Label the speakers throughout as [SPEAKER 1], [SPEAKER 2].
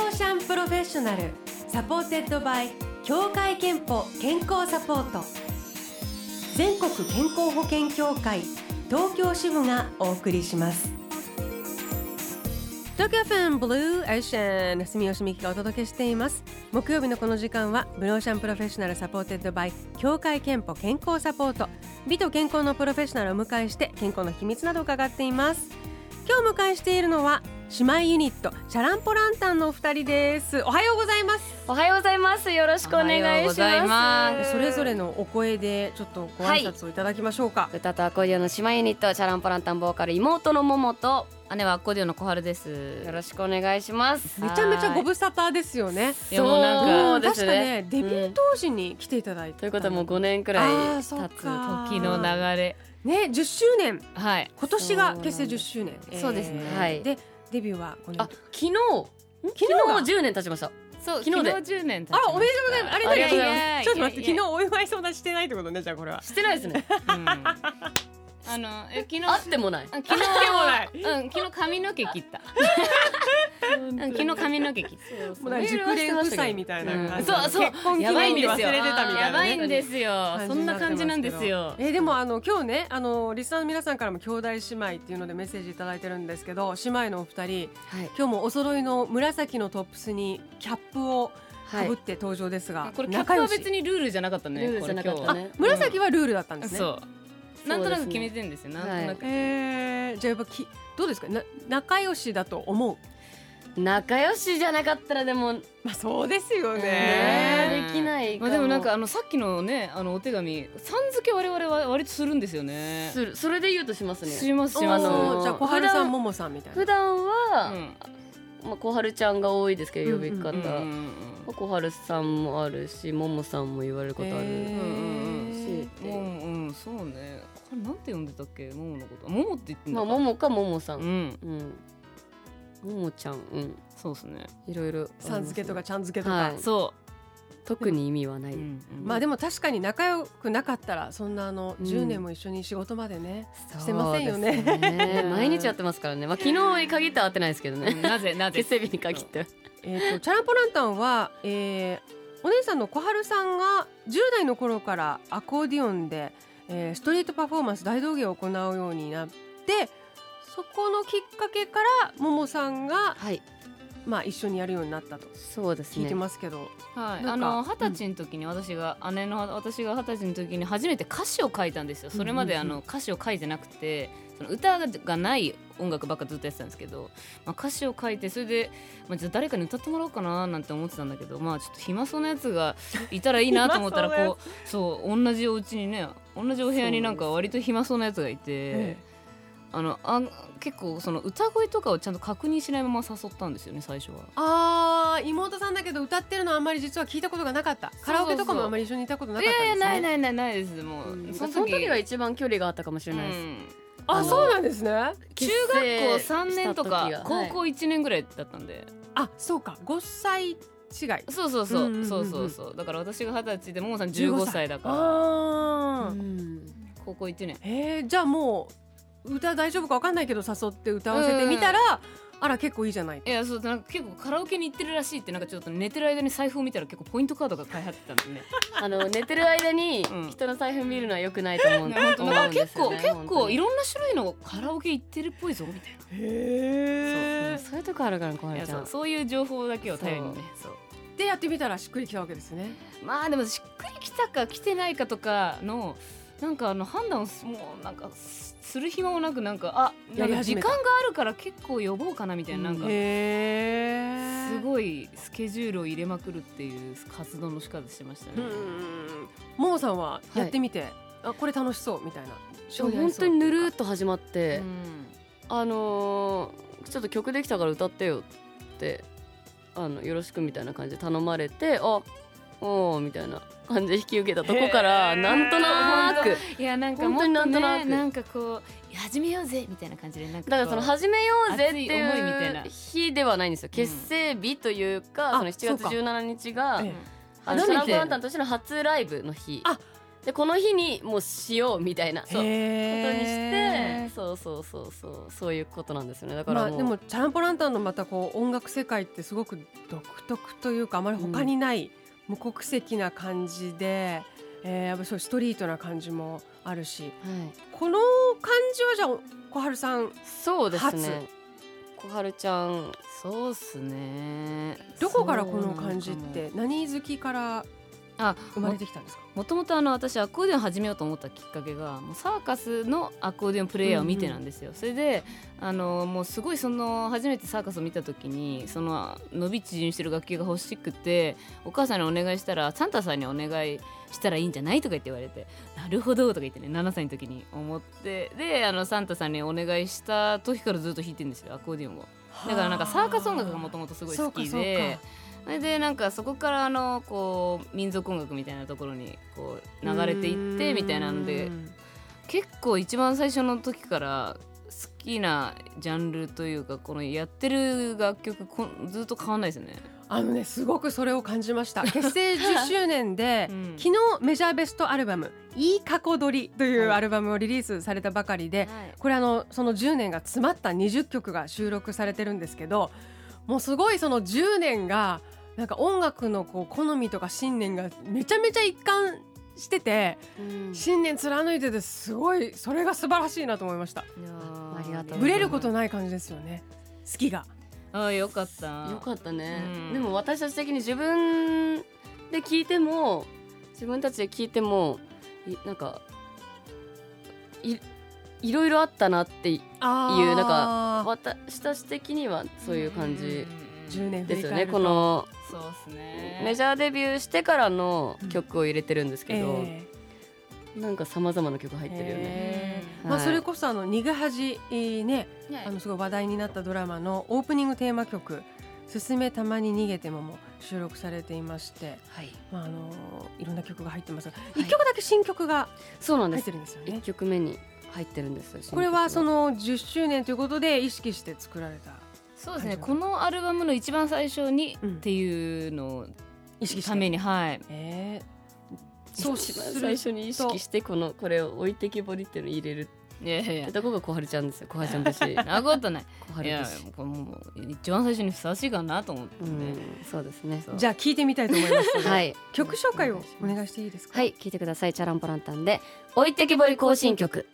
[SPEAKER 1] フェッショナルサポーテッドバイ協会憲法健康サポート全国健康保険協会東京支部がお送りします東京フェンブルーエーシャン住吉美希がお届けしています木曜日のこの時間はブローシャンプロフェッショナルサポーテッドバイ協会憲法健康サポート美と健康のプロフェッショナルをお迎えして健康の秘密などを伺っています今日お迎えしているのは姉妹ユニットチャランポランタンのお二人ですおはようございます
[SPEAKER 2] おはようございます。よろしくお願いしま
[SPEAKER 3] お
[SPEAKER 2] す。
[SPEAKER 3] はようございます
[SPEAKER 1] それぞれのお声でちょっとご挨拶をいただきましょうか、
[SPEAKER 2] 歌とアコーディオンの姉妹ユニットチャランポランタンボーカル妹のももと
[SPEAKER 3] 姉はアコーディオンの小春です。
[SPEAKER 2] よろしくお願いします。
[SPEAKER 1] めちゃめちゃご無沙汰ですよね
[SPEAKER 3] いやもうなんん
[SPEAKER 2] そうで
[SPEAKER 1] 確か
[SPEAKER 2] す
[SPEAKER 1] ね
[SPEAKER 2] ね。
[SPEAKER 1] デビュー当時に来ていただいて、
[SPEAKER 2] ということはもう5年く
[SPEAKER 1] あ
[SPEAKER 2] らい
[SPEAKER 1] ーそっ
[SPEAKER 2] 経
[SPEAKER 1] か
[SPEAKER 2] つ。
[SPEAKER 3] か時の流れ。
[SPEAKER 1] ね10周年
[SPEAKER 3] はい。
[SPEAKER 1] 今年が結成
[SPEAKER 2] そうなんで
[SPEAKER 1] 10
[SPEAKER 2] す
[SPEAKER 1] 周年
[SPEAKER 3] そうですね
[SPEAKER 2] はい
[SPEAKER 1] でデビューは5年
[SPEAKER 2] あ、昨日昨
[SPEAKER 1] 昨日が
[SPEAKER 2] 日10年経ちました。
[SPEAKER 3] そう
[SPEAKER 2] 昨日で
[SPEAKER 3] 十年経ちました
[SPEAKER 1] あおめでとうございますあれだ
[SPEAKER 2] ありがとうござい
[SPEAKER 3] ます
[SPEAKER 1] ちょっと待って
[SPEAKER 3] いやい
[SPEAKER 1] 昨
[SPEAKER 3] や
[SPEAKER 1] 日お祝い相談してないってことねじゃあこれは
[SPEAKER 2] してないですね。
[SPEAKER 3] うんあのえ昨日
[SPEAKER 2] あってもない。
[SPEAKER 3] あ昨
[SPEAKER 1] あっ
[SPEAKER 3] 日うん昨日髪の毛切った。うん昨日髪の毛切っ
[SPEAKER 1] もうなんか熟練夫妻みたいな感じ、
[SPEAKER 3] うんそうそう
[SPEAKER 1] 結婚記
[SPEAKER 2] やばい
[SPEAKER 1] 念
[SPEAKER 2] んで
[SPEAKER 1] 日
[SPEAKER 2] すよ
[SPEAKER 1] 忘れてた
[SPEAKER 3] た。
[SPEAKER 1] みたいな、ね、
[SPEAKER 3] やばいんですよ
[SPEAKER 1] 感。じ
[SPEAKER 3] そ
[SPEAKER 1] に
[SPEAKER 3] ん
[SPEAKER 1] な
[SPEAKER 3] な
[SPEAKER 1] ってますけど
[SPEAKER 3] 感じなんですよ。
[SPEAKER 1] えーでもあの今日ねあのリスナーの皆さんからも兄弟姉妹っていうのでメッセージいただいてるんですけど姉妹のお二人
[SPEAKER 2] はい。
[SPEAKER 1] 今日もお揃いの紫のトップスにキャップをか
[SPEAKER 2] はい
[SPEAKER 1] ぶっ。て登場ですが、
[SPEAKER 3] これキャップ
[SPEAKER 1] 仲
[SPEAKER 3] は
[SPEAKER 1] 良し
[SPEAKER 3] 別にルールじゃなかったね。
[SPEAKER 2] ルールじゃなかった
[SPEAKER 3] これ今日
[SPEAKER 2] ね
[SPEAKER 1] あ紫はルールだったんですね、
[SPEAKER 3] そう。なんとなく決めてんですよ。なんとなく。
[SPEAKER 1] えー、じゃあやっぱきどうですかな仲良しだと思う
[SPEAKER 2] 仲良しじゃなかったらでもね
[SPEAKER 1] まあそうですよ
[SPEAKER 3] ね
[SPEAKER 2] できないか
[SPEAKER 3] ま
[SPEAKER 2] も。
[SPEAKER 3] あでもなんかあのさっきのねあのお手紙さん付け我々は割とするんですよね。
[SPEAKER 2] するそれで言うとします
[SPEAKER 3] し
[SPEAKER 2] ね。
[SPEAKER 3] ますし
[SPEAKER 1] あ
[SPEAKER 3] ます。
[SPEAKER 2] の
[SPEAKER 1] のじゃあ小春さんももさんみたいな
[SPEAKER 2] 普段は、
[SPEAKER 3] うん
[SPEAKER 2] まあ小春ちゃんが多いですけど呼び方。
[SPEAKER 3] うんうん
[SPEAKER 2] まあ小春さんもあるしももさんも言われることある、
[SPEAKER 1] え
[SPEAKER 2] ー
[SPEAKER 3] うんうんうんうんそうね。これなんて呼んでたっけもものこと。ももって言ってん
[SPEAKER 2] まあ
[SPEAKER 3] の
[SPEAKER 2] も
[SPEAKER 3] か。
[SPEAKER 2] もかももさ
[SPEAKER 3] うんん
[SPEAKER 2] うん、ももちゃんうん
[SPEAKER 3] そうですね。
[SPEAKER 2] いろいろあります
[SPEAKER 1] さん付けとかちゃん付けとか、
[SPEAKER 2] はい
[SPEAKER 3] そ
[SPEAKER 2] 特に意味はな
[SPEAKER 3] う
[SPEAKER 2] い、。
[SPEAKER 1] まあ
[SPEAKER 3] で
[SPEAKER 1] でも確かに仲良くなかったらそんなあの
[SPEAKER 2] うん
[SPEAKER 1] 10年も一緒に仕事までね、
[SPEAKER 2] そう
[SPEAKER 1] してませんよね
[SPEAKER 2] ですね 毎日やってますからねまあ昨日に限って会ってないですけどね
[SPEAKER 3] なぜ なぜ。
[SPEAKER 2] 結成日に限っては
[SPEAKER 1] えー、とチャランポランタンは、えーお姉さんの小春さんが10代の頃からアコーディオンで、えーストリートパフォーマンス大道芸を行うようになってそこのきっかけからももさんが、
[SPEAKER 2] はい
[SPEAKER 1] まあ、一緒にやるようになったと
[SPEAKER 2] そうです
[SPEAKER 1] 聞い
[SPEAKER 2] ね
[SPEAKER 1] てますけど、
[SPEAKER 3] はい、
[SPEAKER 1] な
[SPEAKER 3] あ
[SPEAKER 1] んか
[SPEAKER 3] の二十歳の時に私が、姉の私が二十歳の時に初めて歌詞を書いたんですよそれまで
[SPEAKER 1] うん
[SPEAKER 3] あ
[SPEAKER 1] うんうん
[SPEAKER 3] の歌詞を書いてなくてその歌がない音楽ばっかずっとやってたんですけど、まあ、歌詞を書いてそれで、まあ、じゃあ誰かに歌ってもらおうかななんて思ってたんだけどまあちょっと暇そうなやつがいたらいいなと思ったら
[SPEAKER 1] 暇そうなや
[SPEAKER 3] こうそう同じお家にね同じお部屋になんか割と暇そうなやつがいて
[SPEAKER 1] え。
[SPEAKER 3] あのあ結構その歌声とかをちゃんと確認しないまま誘ったんですよね最初は。
[SPEAKER 1] あー妹さんだけど歌ってるのはあんまり実は聞いたことがなかったカラオケとかもあんまり一緒にいたことなかっ
[SPEAKER 3] い
[SPEAKER 1] たんです、
[SPEAKER 3] や
[SPEAKER 1] ね、
[SPEAKER 3] いやないないないないですもう、
[SPEAKER 2] うんその時が一番距離があったかもしれないです、
[SPEAKER 3] うん
[SPEAKER 1] あ
[SPEAKER 2] あの
[SPEAKER 1] そうなんですね
[SPEAKER 3] 中学校
[SPEAKER 2] 結成
[SPEAKER 3] 3年と
[SPEAKER 2] した時が
[SPEAKER 3] か
[SPEAKER 2] は
[SPEAKER 3] 高
[SPEAKER 2] い
[SPEAKER 3] 校1年ぐらいだったんで、
[SPEAKER 1] あそうか5歳違い
[SPEAKER 3] そうそうそう,、
[SPEAKER 1] うんうんうんうん
[SPEAKER 3] そうそうそうだから私が二十歳でももさん15歳だから
[SPEAKER 1] あー、
[SPEAKER 2] うん
[SPEAKER 3] 高校1年
[SPEAKER 1] えー、じゃあもう歌大丈夫かわかんないけど誘って歌わせてみたら、あら結構いいじゃない
[SPEAKER 3] いやそうなんか結構カラオケに行ってるらしいってなんかちょっと寝てる間に財布を見たら結構ポイントカードが買い張ってたんでね
[SPEAKER 2] あの寝てる間に
[SPEAKER 3] うん
[SPEAKER 2] 人の財布見るのは良くないと思う、
[SPEAKER 3] ね本当
[SPEAKER 2] 思
[SPEAKER 3] な
[SPEAKER 2] うんん
[SPEAKER 3] か
[SPEAKER 2] で
[SPEAKER 3] 結
[SPEAKER 2] すよ
[SPEAKER 3] 構、
[SPEAKER 2] ね
[SPEAKER 3] 結構い
[SPEAKER 2] 本
[SPEAKER 3] ろんな種類のカラオケ行ってるっぽいぞみたい
[SPEAKER 1] へえ
[SPEAKER 2] 当にそういうとこあるから小
[SPEAKER 3] ない
[SPEAKER 2] 原
[SPEAKER 3] や
[SPEAKER 2] ちゃ
[SPEAKER 3] そうんそういう情報だけを頼りにねそう
[SPEAKER 1] でやってみたらしっくりきたわけですね
[SPEAKER 3] まあでもしっくりきたか来てないかとかのなんかあの判断をすもうなんかすする暇もなくなんかあな
[SPEAKER 1] や
[SPEAKER 3] ん
[SPEAKER 1] り
[SPEAKER 3] か
[SPEAKER 1] 始
[SPEAKER 3] 時
[SPEAKER 1] め
[SPEAKER 3] 間
[SPEAKER 1] た
[SPEAKER 3] があるから結構呼ぼうかなみたいななんか
[SPEAKER 1] へえ
[SPEAKER 3] す
[SPEAKER 1] い
[SPEAKER 3] ごいスケジュールを入れまくるっていう活動の仕方してましたね。
[SPEAKER 1] ももさんはやってみて、あこれ楽しそうみたいな将棋やり
[SPEAKER 2] 本
[SPEAKER 1] そ
[SPEAKER 2] 当
[SPEAKER 1] う
[SPEAKER 2] にぬるーっと始ま
[SPEAKER 3] う
[SPEAKER 2] って、
[SPEAKER 3] ん
[SPEAKER 2] あのーちょっと曲できたから歌ってよってあのよろしくみたいな感じで頼まれてあおーみたいな感じで引き受けたとこから
[SPEAKER 1] へー
[SPEAKER 2] なんとなく
[SPEAKER 3] いやなんか
[SPEAKER 2] 本
[SPEAKER 3] もっ
[SPEAKER 2] 当
[SPEAKER 3] と、
[SPEAKER 2] に
[SPEAKER 3] ね、
[SPEAKER 2] なんとな
[SPEAKER 3] な
[SPEAKER 2] く
[SPEAKER 3] んかこう始めようぜみたいな感じでなんか
[SPEAKER 2] だからその始めようぜって
[SPEAKER 3] 熱い思いみたい
[SPEAKER 2] い
[SPEAKER 3] な
[SPEAKER 2] う日ではないんですよ結成日というか、
[SPEAKER 1] あ
[SPEAKER 2] その7
[SPEAKER 1] そう
[SPEAKER 2] 月
[SPEAKER 1] か
[SPEAKER 2] 17日が
[SPEAKER 1] ええ
[SPEAKER 2] あ
[SPEAKER 1] な
[SPEAKER 2] の
[SPEAKER 1] んで
[SPEAKER 2] シャランプランタンとしての初ライブの日
[SPEAKER 1] あ
[SPEAKER 2] でこの日にもうしようみたいなそうことにして
[SPEAKER 1] へー
[SPEAKER 2] そうそうそうそうそういうことなんですよねだから
[SPEAKER 1] まあ、
[SPEAKER 2] もう、
[SPEAKER 1] でもチャランポランタンのまたこう音楽世界ってすごく独特というかあまり他にない無国籍な感じで、えーやっぱそうストリートな感じもあるし
[SPEAKER 2] はい、
[SPEAKER 1] この感じはじゃあ小春さん
[SPEAKER 2] そうですね小春ちゃん
[SPEAKER 3] そうっすね
[SPEAKER 1] どこからこの感じって何好きから
[SPEAKER 3] あ
[SPEAKER 1] 生まれてきたんですか
[SPEAKER 3] もともとあの私アコーディオン始めようと思ったきっかけがもうサーカスのアコーディオンプレイヤーを見てなんですよ、それであのもうすごいその初めてサーカスを見た時にその伸び縮みしてる楽器が欲しくてお母さんにお願いしたらサンタさんにお願いしたらいいんじゃないとか言って言われてなるほどとか言ってね7歳の時に思ってであのサンタさんにお願いした時からずっと弾いてるんですよアコーディオンをだからなんかサーカス音楽がもともとすごい好き
[SPEAKER 1] そうかそう
[SPEAKER 3] で
[SPEAKER 1] か。
[SPEAKER 3] それでなんかそこからあのこう民族音楽みたいなところにこう流れていってみたいなので
[SPEAKER 1] うん
[SPEAKER 3] 結構一番最初の時から好きなジャンルというかこのやってる楽曲こんずっと変わんないですよね。
[SPEAKER 1] あのねすごくそれを感じま した結成10周年で、
[SPEAKER 3] うん
[SPEAKER 1] 昨日メジャーベストアルバム「いい過去撮り」というアルバムをリリースされたばかりで、これあのその10年が詰まった20曲が収録されてるんですけどもうすごいその10年がなんか音楽のこう好みとか信念がめちゃめちゃ一貫してて信念貫いててすごいそれが素晴らしいなと思いました
[SPEAKER 2] ありがとう
[SPEAKER 1] ブレることない感じですよね好きが
[SPEAKER 3] ああよかった。
[SPEAKER 2] よかったね、
[SPEAKER 3] うん
[SPEAKER 2] でも私たち的に自分で聞いても自分たちで聞いてもいなんかいいろいろあったなってい
[SPEAKER 1] あ
[SPEAKER 2] いうなんか私たち的にはそういう感じ
[SPEAKER 1] 10年振
[SPEAKER 2] で
[SPEAKER 1] り
[SPEAKER 2] すよ
[SPEAKER 1] 返
[SPEAKER 2] ね
[SPEAKER 1] る
[SPEAKER 2] ことの
[SPEAKER 3] そうですね。
[SPEAKER 2] メジャーデビューしてからの曲を入れてるんですけど、
[SPEAKER 1] ええ
[SPEAKER 2] なんかさまざまな曲入ってるよね。
[SPEAKER 1] ええ
[SPEAKER 2] は
[SPEAKER 1] ま
[SPEAKER 2] い
[SPEAKER 1] あ、それこそあの「逃げ恥」えーね
[SPEAKER 3] ね
[SPEAKER 1] あのすごい話題になったドラマのオープニングテーマ曲「すすめたまに逃げても」も収録されていまして、
[SPEAKER 2] はい、
[SPEAKER 1] まあ、あのいろんな曲が入ってますが1曲だけ新曲が
[SPEAKER 2] そうなんで
[SPEAKER 1] 入っ
[SPEAKER 2] す
[SPEAKER 1] てるんですよ
[SPEAKER 2] 一
[SPEAKER 1] ね。
[SPEAKER 2] 曲目に入ってるんですよ
[SPEAKER 1] これはそ
[SPEAKER 2] の
[SPEAKER 1] の10周年ということで意識して作られた
[SPEAKER 3] そうですね。
[SPEAKER 1] はい
[SPEAKER 3] このアルバムの一番最初に
[SPEAKER 1] うん
[SPEAKER 3] っていうのを
[SPEAKER 1] 意識した
[SPEAKER 3] めにはい。
[SPEAKER 1] ええ
[SPEAKER 2] そうし最初に意識してこのこれを置いてけぼりっていうのを入れる
[SPEAKER 3] いやいやいや
[SPEAKER 2] ってとこが小春ちゃんですよ小春ちゃん 節
[SPEAKER 3] なことない。
[SPEAKER 2] 小春
[SPEAKER 3] いや
[SPEAKER 2] 節
[SPEAKER 3] これもう一番最初にふさわしいかなと思って、
[SPEAKER 2] う
[SPEAKER 3] ね
[SPEAKER 2] んそうですね
[SPEAKER 3] そう
[SPEAKER 1] じゃあ聞いてみたいと思いますので、
[SPEAKER 2] はい
[SPEAKER 1] 曲紹介をお願いしていいですか、
[SPEAKER 2] はい聞いてくださいチャランポランタンで置いてけぼり行進曲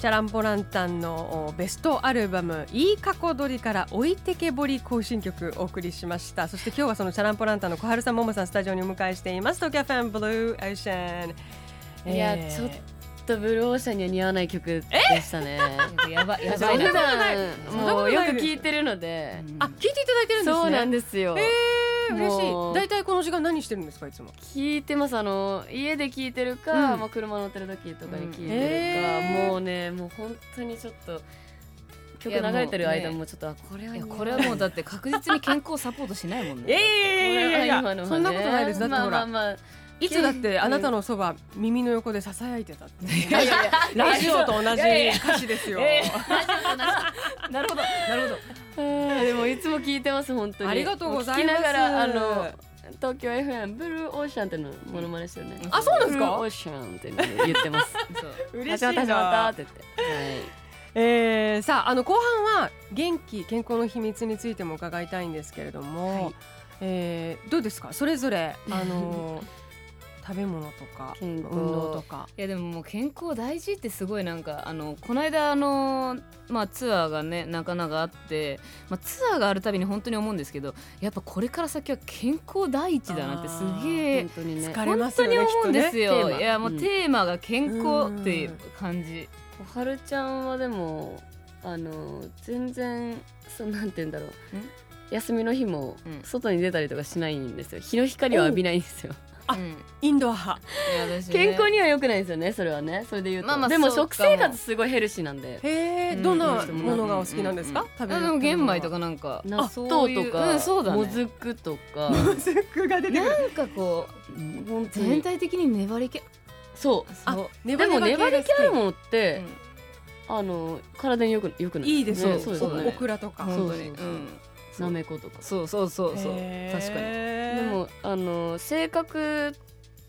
[SPEAKER 1] チャランポランタンのおベストアルバム「いい過去取り」から「置いてけぼり」更新曲お送りしましたそして今日はそのチャランポランタンの小春さんももさんスタジオにお迎えしています東京フェンブルーオーシャン
[SPEAKER 2] いやちょっとブルーオーシャンには似合わない曲でしたね
[SPEAKER 3] やばやば
[SPEAKER 2] そ
[SPEAKER 3] い
[SPEAKER 2] んな
[SPEAKER 3] な
[SPEAKER 2] こ
[SPEAKER 1] な
[SPEAKER 2] とないい
[SPEAKER 1] そんなことない
[SPEAKER 2] もうよく聞いてるので
[SPEAKER 3] うん
[SPEAKER 1] あ聞いていただいてるんですね
[SPEAKER 2] そうなん
[SPEAKER 1] で
[SPEAKER 2] ですよ
[SPEAKER 1] えー、嬉しい
[SPEAKER 2] もう
[SPEAKER 1] 大体この時間何してるんですかいつも
[SPEAKER 2] 聞いてますあの家で聞いてるか、
[SPEAKER 1] うん
[SPEAKER 2] まあ、車乗ってる時とかに聞いてるか、
[SPEAKER 1] うんへー
[SPEAKER 2] もうねもう本当にちょっと曲流れてる間
[SPEAKER 3] いやもうね
[SPEAKER 2] もちょっと、あこれはい似
[SPEAKER 3] や
[SPEAKER 2] 合わない
[SPEAKER 3] これはもうだって確実に健康サポートしないもんね
[SPEAKER 1] えいやいやいやいやそんなことないですだってほら、
[SPEAKER 2] まあまあまあ
[SPEAKER 1] いつだってあなたのそば耳の横でささやいてたって
[SPEAKER 3] いやいやいや
[SPEAKER 1] ラジオと同じ歌詞ですよ、
[SPEAKER 3] いやいやなるほどなるほど
[SPEAKER 2] うんでもいつも聞いてます本当に
[SPEAKER 1] ありがとうございます
[SPEAKER 2] もう聞きながらあの東京 FM ブルーオーシャンってのモノマネしてるね、
[SPEAKER 1] あそうなんです
[SPEAKER 2] ブルーオ
[SPEAKER 1] か
[SPEAKER 2] ーシャンっていうの言ってます
[SPEAKER 3] そう
[SPEAKER 1] 嬉
[SPEAKER 2] 始
[SPEAKER 1] し
[SPEAKER 2] ま
[SPEAKER 1] い
[SPEAKER 2] った始まったって言って、はい
[SPEAKER 1] えーさああの後半は元気健康の秘密についても伺いたいんですけれども、
[SPEAKER 2] はい
[SPEAKER 1] えーどうですかそれぞれあ の食べ物とか
[SPEAKER 2] 健
[SPEAKER 1] 運
[SPEAKER 2] 康
[SPEAKER 1] 動とか
[SPEAKER 3] いやでももう健康大事ってすごいなんかあのこの間あの、まあ、ツアーがねなかなかあって、まあ、ツアーがあるたびに本当に思うんですけどやっぱこれから先は健康第一だなってすげえ
[SPEAKER 2] 本当にね
[SPEAKER 1] 疲れますよね
[SPEAKER 3] 本当に思うんです
[SPEAKER 1] きっ
[SPEAKER 3] よ、
[SPEAKER 2] きっとねテーマ
[SPEAKER 3] いやもううんテーマが健康っていう感じ、
[SPEAKER 2] 小春ちゃんはでもあの全然そうなんて言うんだろう休みの日も
[SPEAKER 3] うん
[SPEAKER 2] 外に出たりとかしないんですよ日の光を浴びないんですよ
[SPEAKER 1] あ
[SPEAKER 3] うん
[SPEAKER 1] インドア派
[SPEAKER 3] いや私ね
[SPEAKER 2] 健康には良くないですよねそれはねそれで言うと、
[SPEAKER 3] まあまあ
[SPEAKER 2] でも
[SPEAKER 3] そう
[SPEAKER 2] 食
[SPEAKER 3] かも
[SPEAKER 2] 生活すごいヘルシーなんで
[SPEAKER 1] へえ、
[SPEAKER 3] うん
[SPEAKER 1] どんなものがお好きなんですか、
[SPEAKER 3] う
[SPEAKER 1] 食べ
[SPEAKER 3] あで
[SPEAKER 1] 物
[SPEAKER 3] も玄米とかなんか
[SPEAKER 2] 納
[SPEAKER 3] そう
[SPEAKER 2] 豆
[SPEAKER 3] いう
[SPEAKER 2] とか、
[SPEAKER 3] うんそうだね
[SPEAKER 2] もず くとか
[SPEAKER 1] ムズクが出てくる
[SPEAKER 3] なんかこう
[SPEAKER 2] 本当
[SPEAKER 3] 全
[SPEAKER 2] に
[SPEAKER 3] 体的に粘り気
[SPEAKER 2] そう
[SPEAKER 1] あ
[SPEAKER 3] そう
[SPEAKER 1] ネ
[SPEAKER 2] でも
[SPEAKER 1] ネ
[SPEAKER 2] 粘
[SPEAKER 1] バ系が好
[SPEAKER 2] り
[SPEAKER 1] き
[SPEAKER 2] 気あるものって、
[SPEAKER 3] うん
[SPEAKER 2] あの体によくよくない
[SPEAKER 1] いいですよ、
[SPEAKER 2] ねそうですよ
[SPEAKER 1] おオ
[SPEAKER 2] ね
[SPEAKER 1] クラとか
[SPEAKER 2] そ
[SPEAKER 3] 本
[SPEAKER 2] う
[SPEAKER 3] 当に
[SPEAKER 2] そううそうんなめことか
[SPEAKER 3] そうそうそうそう
[SPEAKER 1] へー
[SPEAKER 3] 確かに
[SPEAKER 2] でもあの性格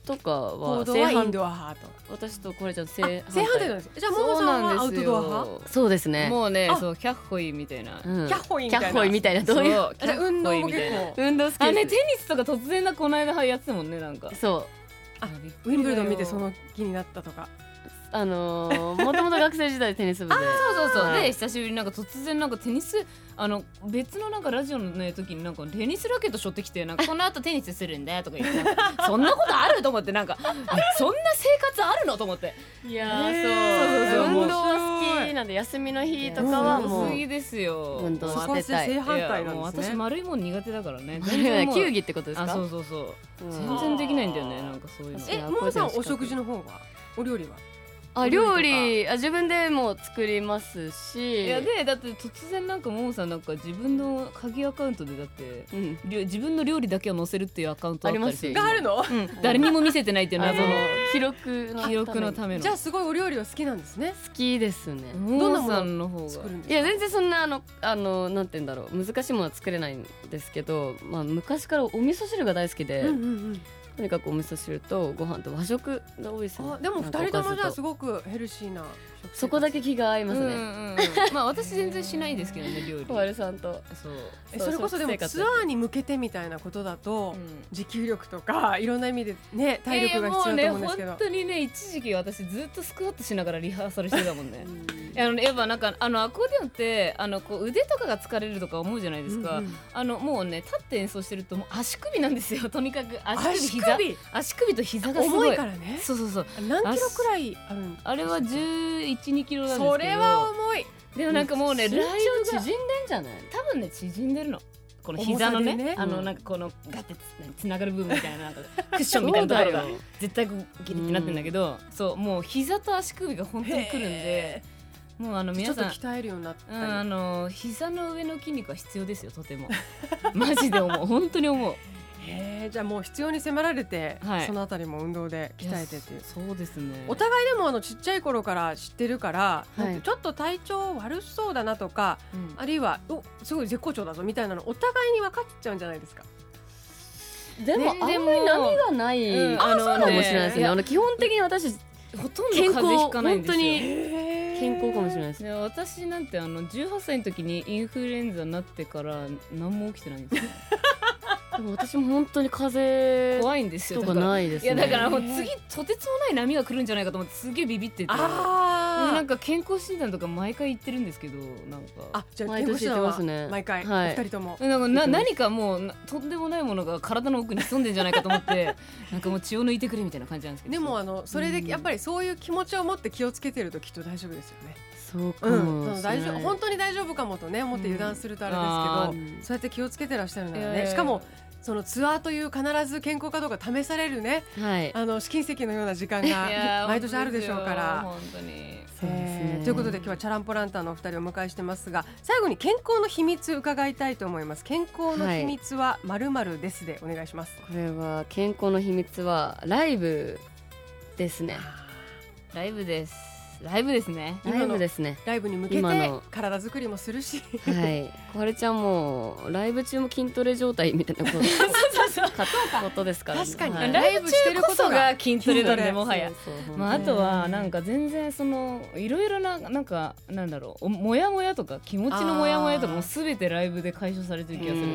[SPEAKER 2] とかは
[SPEAKER 1] 行動
[SPEAKER 2] 正
[SPEAKER 1] はイ
[SPEAKER 2] 反
[SPEAKER 1] ンドア派と
[SPEAKER 2] 私とこれちゃん正
[SPEAKER 1] あ
[SPEAKER 2] 反対
[SPEAKER 1] 正反対なんですじゃあモモ
[SPEAKER 3] そ
[SPEAKER 1] さ
[SPEAKER 3] うんな
[SPEAKER 1] はア
[SPEAKER 3] ん
[SPEAKER 1] ウ
[SPEAKER 3] で
[SPEAKER 1] ト
[SPEAKER 3] す
[SPEAKER 1] ド
[SPEAKER 3] よ
[SPEAKER 1] ア派
[SPEAKER 2] そうですね
[SPEAKER 3] もうね
[SPEAKER 1] あ
[SPEAKER 3] そうキャッホイみたいな
[SPEAKER 2] うん
[SPEAKER 1] キャッホイみ
[SPEAKER 2] キ
[SPEAKER 1] た
[SPEAKER 2] ャ
[SPEAKER 1] いな
[SPEAKER 2] ッホイみたいなどういう
[SPEAKER 3] そ
[SPEAKER 1] じゃあ運動も
[SPEAKER 3] キャ
[SPEAKER 1] 結
[SPEAKER 3] ッホイみたいな
[SPEAKER 1] 構
[SPEAKER 2] 運動好きです
[SPEAKER 3] あねテニスとか突然なこの間やってたもんねなんか
[SPEAKER 2] そう
[SPEAKER 1] あ
[SPEAKER 3] びっく
[SPEAKER 1] ウ
[SPEAKER 3] り
[SPEAKER 1] ィ
[SPEAKER 3] だよ
[SPEAKER 1] ンブルドン見てその気になったとか
[SPEAKER 2] あのー、もともと学生時代テニス部で
[SPEAKER 3] そうそうそう、
[SPEAKER 2] はい
[SPEAKER 3] で久しぶりになんか突然なんかテニスあの別のなんかラジオのね時になんかテニスラケット背負ってきてなんかこの後テニスするんだよとか言ってなんかそんなことあると思って なんかえそんな生活あるのと思って
[SPEAKER 2] いや
[SPEAKER 1] ね
[SPEAKER 2] ー
[SPEAKER 1] え
[SPEAKER 2] そ
[SPEAKER 1] そ
[SPEAKER 2] う
[SPEAKER 1] うそうそう
[SPEAKER 2] 運動好きなんで休みの日とかはも
[SPEAKER 3] す
[SPEAKER 2] う
[SPEAKER 3] ごすぎですよ
[SPEAKER 2] 運動
[SPEAKER 1] そ
[SPEAKER 2] は
[SPEAKER 1] こは正反対
[SPEAKER 3] いやもう
[SPEAKER 1] なんです
[SPEAKER 3] 私
[SPEAKER 1] ね
[SPEAKER 3] 丸いもん苦手だからね
[SPEAKER 2] あれは
[SPEAKER 3] もう
[SPEAKER 2] 球技ってことです
[SPEAKER 3] あ
[SPEAKER 2] か
[SPEAKER 3] そうそうそう
[SPEAKER 2] うん
[SPEAKER 3] 全然できないんだよねなんかそういうの
[SPEAKER 2] 私
[SPEAKER 1] え
[SPEAKER 2] あ
[SPEAKER 1] モモさん
[SPEAKER 2] こういうの
[SPEAKER 1] お食事の方はお料理は
[SPEAKER 2] あ料理あ自分でも作りますし
[SPEAKER 3] いやでだって突然なんかももさんなんか自分の鍵アカウントでだって
[SPEAKER 2] うん
[SPEAKER 3] りょ自分の料理だけを載せるっていうアカウントあったりす
[SPEAKER 2] あ
[SPEAKER 3] る
[SPEAKER 2] りますよ
[SPEAKER 1] があるの
[SPEAKER 3] うん誰にも見せてないっていう
[SPEAKER 2] あの
[SPEAKER 3] 謎の
[SPEAKER 2] 記録の
[SPEAKER 3] 記録のための
[SPEAKER 1] じゃあすごいお料理は好きなんですね
[SPEAKER 2] 好きですね
[SPEAKER 3] どんなもさんの方が
[SPEAKER 1] 作るんです
[SPEAKER 2] い
[SPEAKER 1] か
[SPEAKER 2] や全然そんなあのあのなんて言うんだろう難しいものは作れないんですけど、まあ、昔からお味噌汁が大好きで、
[SPEAKER 1] うんうんうん
[SPEAKER 2] とにかくお味噌汁とご飯と和食が多いですね
[SPEAKER 1] あでも二人ともじゃあす
[SPEAKER 2] そ
[SPEAKER 1] ごくヘルシーな食生活
[SPEAKER 2] そこだけ気が合います
[SPEAKER 3] うんう
[SPEAKER 2] ね
[SPEAKER 3] んうんまあ私全然しないですけどね料理
[SPEAKER 2] 小春さんと
[SPEAKER 3] そう
[SPEAKER 1] えそれこそでもツアーに向けてみたいなことだと持久力とかいろんな意味でね体力が必要だと思うんですけ
[SPEAKER 3] いやいやもうね本
[SPEAKER 1] ど
[SPEAKER 3] 当にね一時期私ずっとスクワットしながらリハーサルしてたもんね
[SPEAKER 2] うん
[SPEAKER 3] いやあのねやっぱなんかあのアコーディオンってあのこう腕とかが疲れるとか思うじゃないですか、
[SPEAKER 1] うんうん
[SPEAKER 3] あのもうね立って演奏してるともう足首なんですよとにかく足首
[SPEAKER 1] 足
[SPEAKER 3] 膝足首
[SPEAKER 1] 首
[SPEAKER 3] と膝がすごい
[SPEAKER 1] 重いからね
[SPEAKER 3] そうそうそう
[SPEAKER 1] 何キロくらいあるん
[SPEAKER 3] あれは1 1キロなんですけど
[SPEAKER 1] それは重い
[SPEAKER 3] でもなんかもうね
[SPEAKER 2] 身
[SPEAKER 3] ライ
[SPEAKER 2] 長
[SPEAKER 3] オン
[SPEAKER 2] 縮
[SPEAKER 3] が
[SPEAKER 2] んでんじゃない
[SPEAKER 3] 多分ね縮んでるのこの膝のね
[SPEAKER 1] 重さでね
[SPEAKER 3] あ
[SPEAKER 2] う
[SPEAKER 3] の
[SPEAKER 2] ん
[SPEAKER 3] なんかこのガッてつつながる部分みたいななんかクッションみたいなところが
[SPEAKER 2] そうだよ
[SPEAKER 3] 絶対こうギリってなってんだけど、そうもう膝と足首が本当にくるんで
[SPEAKER 1] へ
[SPEAKER 3] もうあの
[SPEAKER 1] ーち
[SPEAKER 3] 皆
[SPEAKER 1] ょっと
[SPEAKER 3] さん
[SPEAKER 1] 鍛えるようになっ
[SPEAKER 3] うん、あ
[SPEAKER 1] たり
[SPEAKER 3] の膝の上の筋肉は必要ですよとてもマジで思う本当に思う
[SPEAKER 1] へーじゃあもう必要に迫られて
[SPEAKER 3] はい
[SPEAKER 1] そのあたりも運動で鍛えてっていう
[SPEAKER 3] そうそうですね
[SPEAKER 1] お互いでもあのちっちゃい頃から知ってるから、
[SPEAKER 2] はい
[SPEAKER 1] なんかちょっと体調悪そうだなとか
[SPEAKER 3] うん
[SPEAKER 1] あるいはおすごい絶好調だぞみたいなのお互いに分かっちゃうんじゃないですか。
[SPEAKER 2] でもあんまり波がない
[SPEAKER 3] うんあの
[SPEAKER 2] あ
[SPEAKER 3] ね
[SPEAKER 2] そうかもしれないです
[SPEAKER 3] い
[SPEAKER 2] ね
[SPEAKER 3] や
[SPEAKER 2] あの基本的に私
[SPEAKER 3] ほとんど風
[SPEAKER 2] 健康
[SPEAKER 3] 邪ひかないん
[SPEAKER 2] 本
[SPEAKER 3] です
[SPEAKER 2] 当
[SPEAKER 3] よ
[SPEAKER 2] に
[SPEAKER 1] 健
[SPEAKER 2] 健康かもしれない
[SPEAKER 1] い。
[SPEAKER 2] ですね
[SPEAKER 3] ね私なんてあの18歳の時にインフルエンザになってから何も起きてないんですよ
[SPEAKER 2] でも私も本当に風邪
[SPEAKER 3] 怖いんですよ
[SPEAKER 2] と
[SPEAKER 3] だか
[SPEAKER 2] からないです
[SPEAKER 3] い
[SPEAKER 2] ね
[SPEAKER 3] やだからもう
[SPEAKER 1] ね
[SPEAKER 3] 次とてつもない波が来るんじゃないかと思ってすげえビビっててでな
[SPEAKER 1] あ
[SPEAKER 3] んか健康診断とか毎回行ってるんですけどなんか
[SPEAKER 1] あ。あじゃあ
[SPEAKER 2] 毎
[SPEAKER 1] 健康
[SPEAKER 2] 年
[SPEAKER 1] 診
[SPEAKER 2] 言って
[SPEAKER 1] 断
[SPEAKER 2] ます
[SPEAKER 1] は
[SPEAKER 2] ね
[SPEAKER 1] 毎回
[SPEAKER 2] はい
[SPEAKER 1] お二人とも。
[SPEAKER 3] なんか
[SPEAKER 2] 行っ
[SPEAKER 3] な
[SPEAKER 2] てます
[SPEAKER 3] 何かもうなとんでもないものが体の奥に潜んでんじゃないかと思ってなんかもう血を抜いてくれみたいな感じなんですけど
[SPEAKER 1] でもあのそれで
[SPEAKER 3] うん
[SPEAKER 1] やっぱりそういう気持ちを持って気をつけてるときっと大丈夫ですよね。
[SPEAKER 2] そうか
[SPEAKER 1] うん、
[SPEAKER 2] も
[SPEAKER 1] その
[SPEAKER 2] しれない
[SPEAKER 1] 大丈夫本当に大丈夫かもとね思って油断するとあれですけど、
[SPEAKER 2] うん
[SPEAKER 1] そうやって気をつけてらっしゃるな
[SPEAKER 3] い
[SPEAKER 1] ら
[SPEAKER 3] やいやい
[SPEAKER 1] ね。
[SPEAKER 3] や
[SPEAKER 1] しかもそのツアーという必ず健康かどうか試されるね
[SPEAKER 2] はい
[SPEAKER 1] あの試金石のような時間
[SPEAKER 3] いや
[SPEAKER 1] が
[SPEAKER 3] ー
[SPEAKER 1] 毎年あるでしょうから。
[SPEAKER 3] 本当です
[SPEAKER 2] そうですね
[SPEAKER 1] えーということで今日はチャランポランタンのお二人をお迎えしてますが最後に健康の秘密伺いたいと思います健康の秘密はまるまるですでお願いします、
[SPEAKER 2] これは健康の秘密はライブですね
[SPEAKER 3] よライブですライブですね
[SPEAKER 1] 今の
[SPEAKER 2] ライブですね
[SPEAKER 1] ライブに向け
[SPEAKER 2] 今
[SPEAKER 1] て
[SPEAKER 2] の
[SPEAKER 1] 体作りもするし
[SPEAKER 2] はい小春ちゃんもうライブ中も筋トレ状態みたいなことかことですからね
[SPEAKER 1] 確かに、
[SPEAKER 2] はい
[SPEAKER 1] ライブしてるこ
[SPEAKER 3] こそ
[SPEAKER 1] とが
[SPEAKER 3] が筋トレなん
[SPEAKER 1] 筋トレ
[SPEAKER 3] でもはや
[SPEAKER 2] そうそう
[SPEAKER 3] まあ、あ
[SPEAKER 2] 本
[SPEAKER 3] とはなんか全然そのいろいろななんかなんだろうおもやもやとか気持ちのもやもやとか
[SPEAKER 1] あ
[SPEAKER 3] も
[SPEAKER 1] ー
[SPEAKER 3] 全てライブで解消されてる気がする。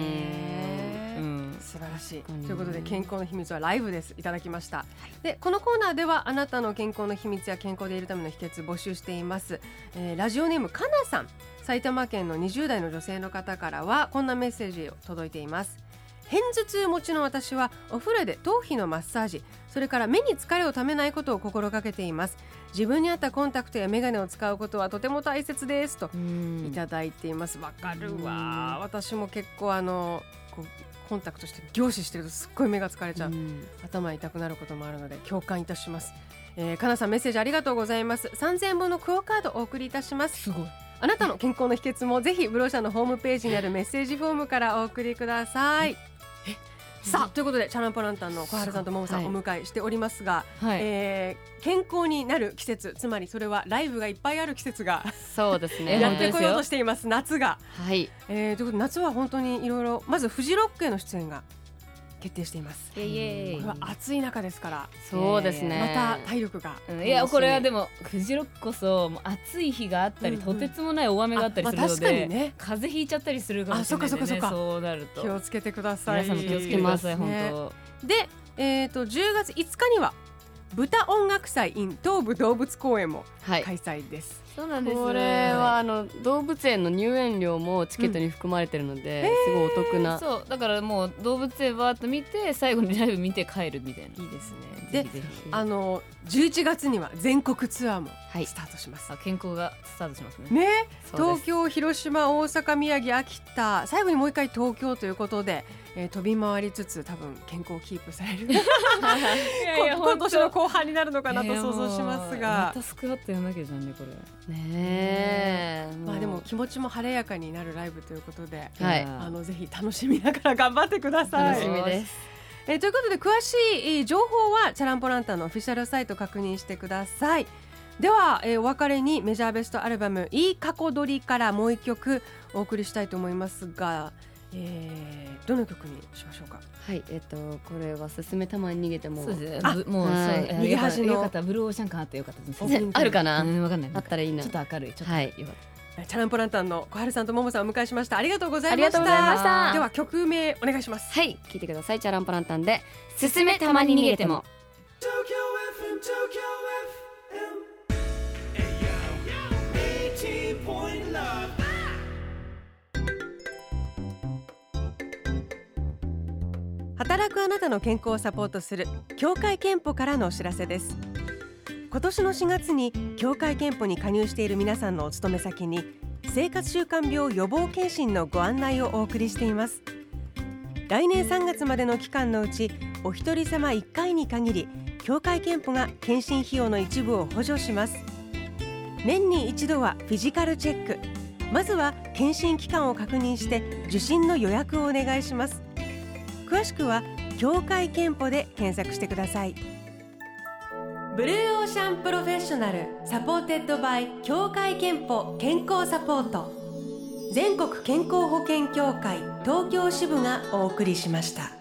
[SPEAKER 1] へ
[SPEAKER 3] う
[SPEAKER 1] ー
[SPEAKER 3] ん
[SPEAKER 1] 素晴らしい
[SPEAKER 2] 確かに
[SPEAKER 1] ということで健康の秘密はライブですいただきました、でこのコーナーではあなたの健康の秘密や健康でいるための秘訣募集しています、えーラジオネームかなさん埼玉県の20代の女性の方からはこんなメッセージを届いています偏頭痛持ちの私はお風呂で頭皮のマッサージそれから目に疲れをためないことを心がけています自分に合ったコンタクトやメガネを使うことはとても大切ですと
[SPEAKER 2] うん
[SPEAKER 1] いただいていますわかるわ
[SPEAKER 2] う
[SPEAKER 1] 私も結構あのこうコンタクトして凝視してるとすっごい目が疲れちゃう、
[SPEAKER 2] うん
[SPEAKER 1] 頭痛くなることもあるので共感いたします、えー、かなさんメッセージありがとうございます3000円分のクオカードお送りいたします
[SPEAKER 3] すごい
[SPEAKER 1] あなたの健康の秘訣もぜひブロー社のホームページにあるメッセージフォームからお送りくださいさあということでチャランポランタンの小春さんとももさん
[SPEAKER 3] はい
[SPEAKER 1] お迎えしておりますが、
[SPEAKER 3] はい、
[SPEAKER 1] えー健康になる季節つまりそれはライブがいっぱいある季節が
[SPEAKER 2] そうです
[SPEAKER 3] え
[SPEAKER 2] ね。
[SPEAKER 1] やって
[SPEAKER 3] 本当で
[SPEAKER 1] こ
[SPEAKER 3] す
[SPEAKER 1] よう
[SPEAKER 3] よ
[SPEAKER 1] としています夏が、
[SPEAKER 2] はい。
[SPEAKER 1] えーということで夏は本当にいろいろまずフジロックへの出演が決定しています
[SPEAKER 3] イエイイエ
[SPEAKER 1] こ
[SPEAKER 3] イ
[SPEAKER 1] れは暑い中ですから
[SPEAKER 2] そうです
[SPEAKER 3] え
[SPEAKER 2] ね。
[SPEAKER 1] また体力が
[SPEAKER 3] うんいやこれはで
[SPEAKER 2] も
[SPEAKER 3] もフジロックこそもう暑い日があったり、
[SPEAKER 1] うんうん
[SPEAKER 3] とてつもない大雨があったりする
[SPEAKER 1] あまあ
[SPEAKER 3] の
[SPEAKER 1] 確かに
[SPEAKER 3] で、
[SPEAKER 1] ね
[SPEAKER 3] 風邪ひいちゃったりするかもしれないんで、ね、
[SPEAKER 1] あそっかそっかそっか
[SPEAKER 3] そうなると
[SPEAKER 1] 気をつけてください
[SPEAKER 3] 皆さんも気をつけてください、
[SPEAKER 1] ね
[SPEAKER 3] 本
[SPEAKER 1] で、えー、と10月5日には豚音楽祭 in 東武動物公園も
[SPEAKER 2] はい。
[SPEAKER 1] 開催です、
[SPEAKER 3] 当そうな
[SPEAKER 2] これはあの動物園の入園料もチケットに含まれてるので、すごいお得な。
[SPEAKER 3] そうだからもう動物園バーッと見て最後にライブ見て帰るみたいない
[SPEAKER 1] いですね
[SPEAKER 3] ぜ
[SPEAKER 1] で
[SPEAKER 3] ひぜひ
[SPEAKER 1] あの11月には全国ツアーも
[SPEAKER 2] はい
[SPEAKER 1] スタートします、
[SPEAKER 3] あ健康がスタートしますね
[SPEAKER 1] ね
[SPEAKER 2] そう
[SPEAKER 1] 東
[SPEAKER 2] です
[SPEAKER 1] 京広島大阪宮城秋田最後にもう一回東京ということで、えー飛び回りつつ多分健康をキープされる
[SPEAKER 3] いやいや
[SPEAKER 1] 今年の
[SPEAKER 3] 本
[SPEAKER 1] 後半になるの
[SPEAKER 3] 当
[SPEAKER 1] かなと想像
[SPEAKER 3] い
[SPEAKER 1] します
[SPEAKER 3] やいやもうま
[SPEAKER 1] が
[SPEAKER 3] たスクワットやんなきゃじゃんねこれ
[SPEAKER 2] ねえ。
[SPEAKER 1] まあでも
[SPEAKER 2] う
[SPEAKER 1] 気持ちも晴れやかになるライブということで
[SPEAKER 2] はい
[SPEAKER 3] やー
[SPEAKER 1] あのぜひ楽しみながら頑張ってください。
[SPEAKER 2] 楽しみです。
[SPEAKER 1] えーということで詳しいえー情報はチャランポランタンのオフィシャルサイト確認してくださいでは、えーお別れにメジャーベストアルバム「いい過去取り」からもう一曲お送りしたいと思いますが、えーどの曲にしましょうか
[SPEAKER 2] はい。えっとこれは進めたまに逃げても
[SPEAKER 3] そうですね
[SPEAKER 1] あ
[SPEAKER 3] ぶもう
[SPEAKER 2] はい
[SPEAKER 3] そう
[SPEAKER 1] 右
[SPEAKER 3] よかっ
[SPEAKER 1] 端
[SPEAKER 3] た
[SPEAKER 1] の
[SPEAKER 3] よかったブルーオーシャン感あってよかったです
[SPEAKER 1] ね
[SPEAKER 2] あるかな
[SPEAKER 3] う。んわかんない
[SPEAKER 2] あったらいいな
[SPEAKER 3] ちょっ。と明るいちょっと
[SPEAKER 2] はい。よ
[SPEAKER 1] えーチャランポランタンの小春さんとももさんをお迎えしましたありがとうございました
[SPEAKER 2] ありがとうございました
[SPEAKER 1] では曲名お願いします
[SPEAKER 2] はい、聞いてください。チャランポランタンで、進めたまに逃げても。
[SPEAKER 4] Tokyo FM, Tokyo FM. Hey yo, 80.9. Ah!
[SPEAKER 1] 働くあなたの健康をサポートする協会憲法からのお知らせです今年の4月に協会憲法に加入している皆さんのお勤め先に生活習慣病予防検診のご案内をお送りしています来年3月までの期間のうちお一人様1回に限り協会憲法が検診費用の一部を補助します年に一度はフィジカルチェックまずは検診期間を確認して受診の予約をお願いします詳しくは協会憲法で検索してくださいブルーオーシャンプロフェッショナルサポーテッドバイ協会憲法健康サポート全国健康保険協会東京支部がお送りしました。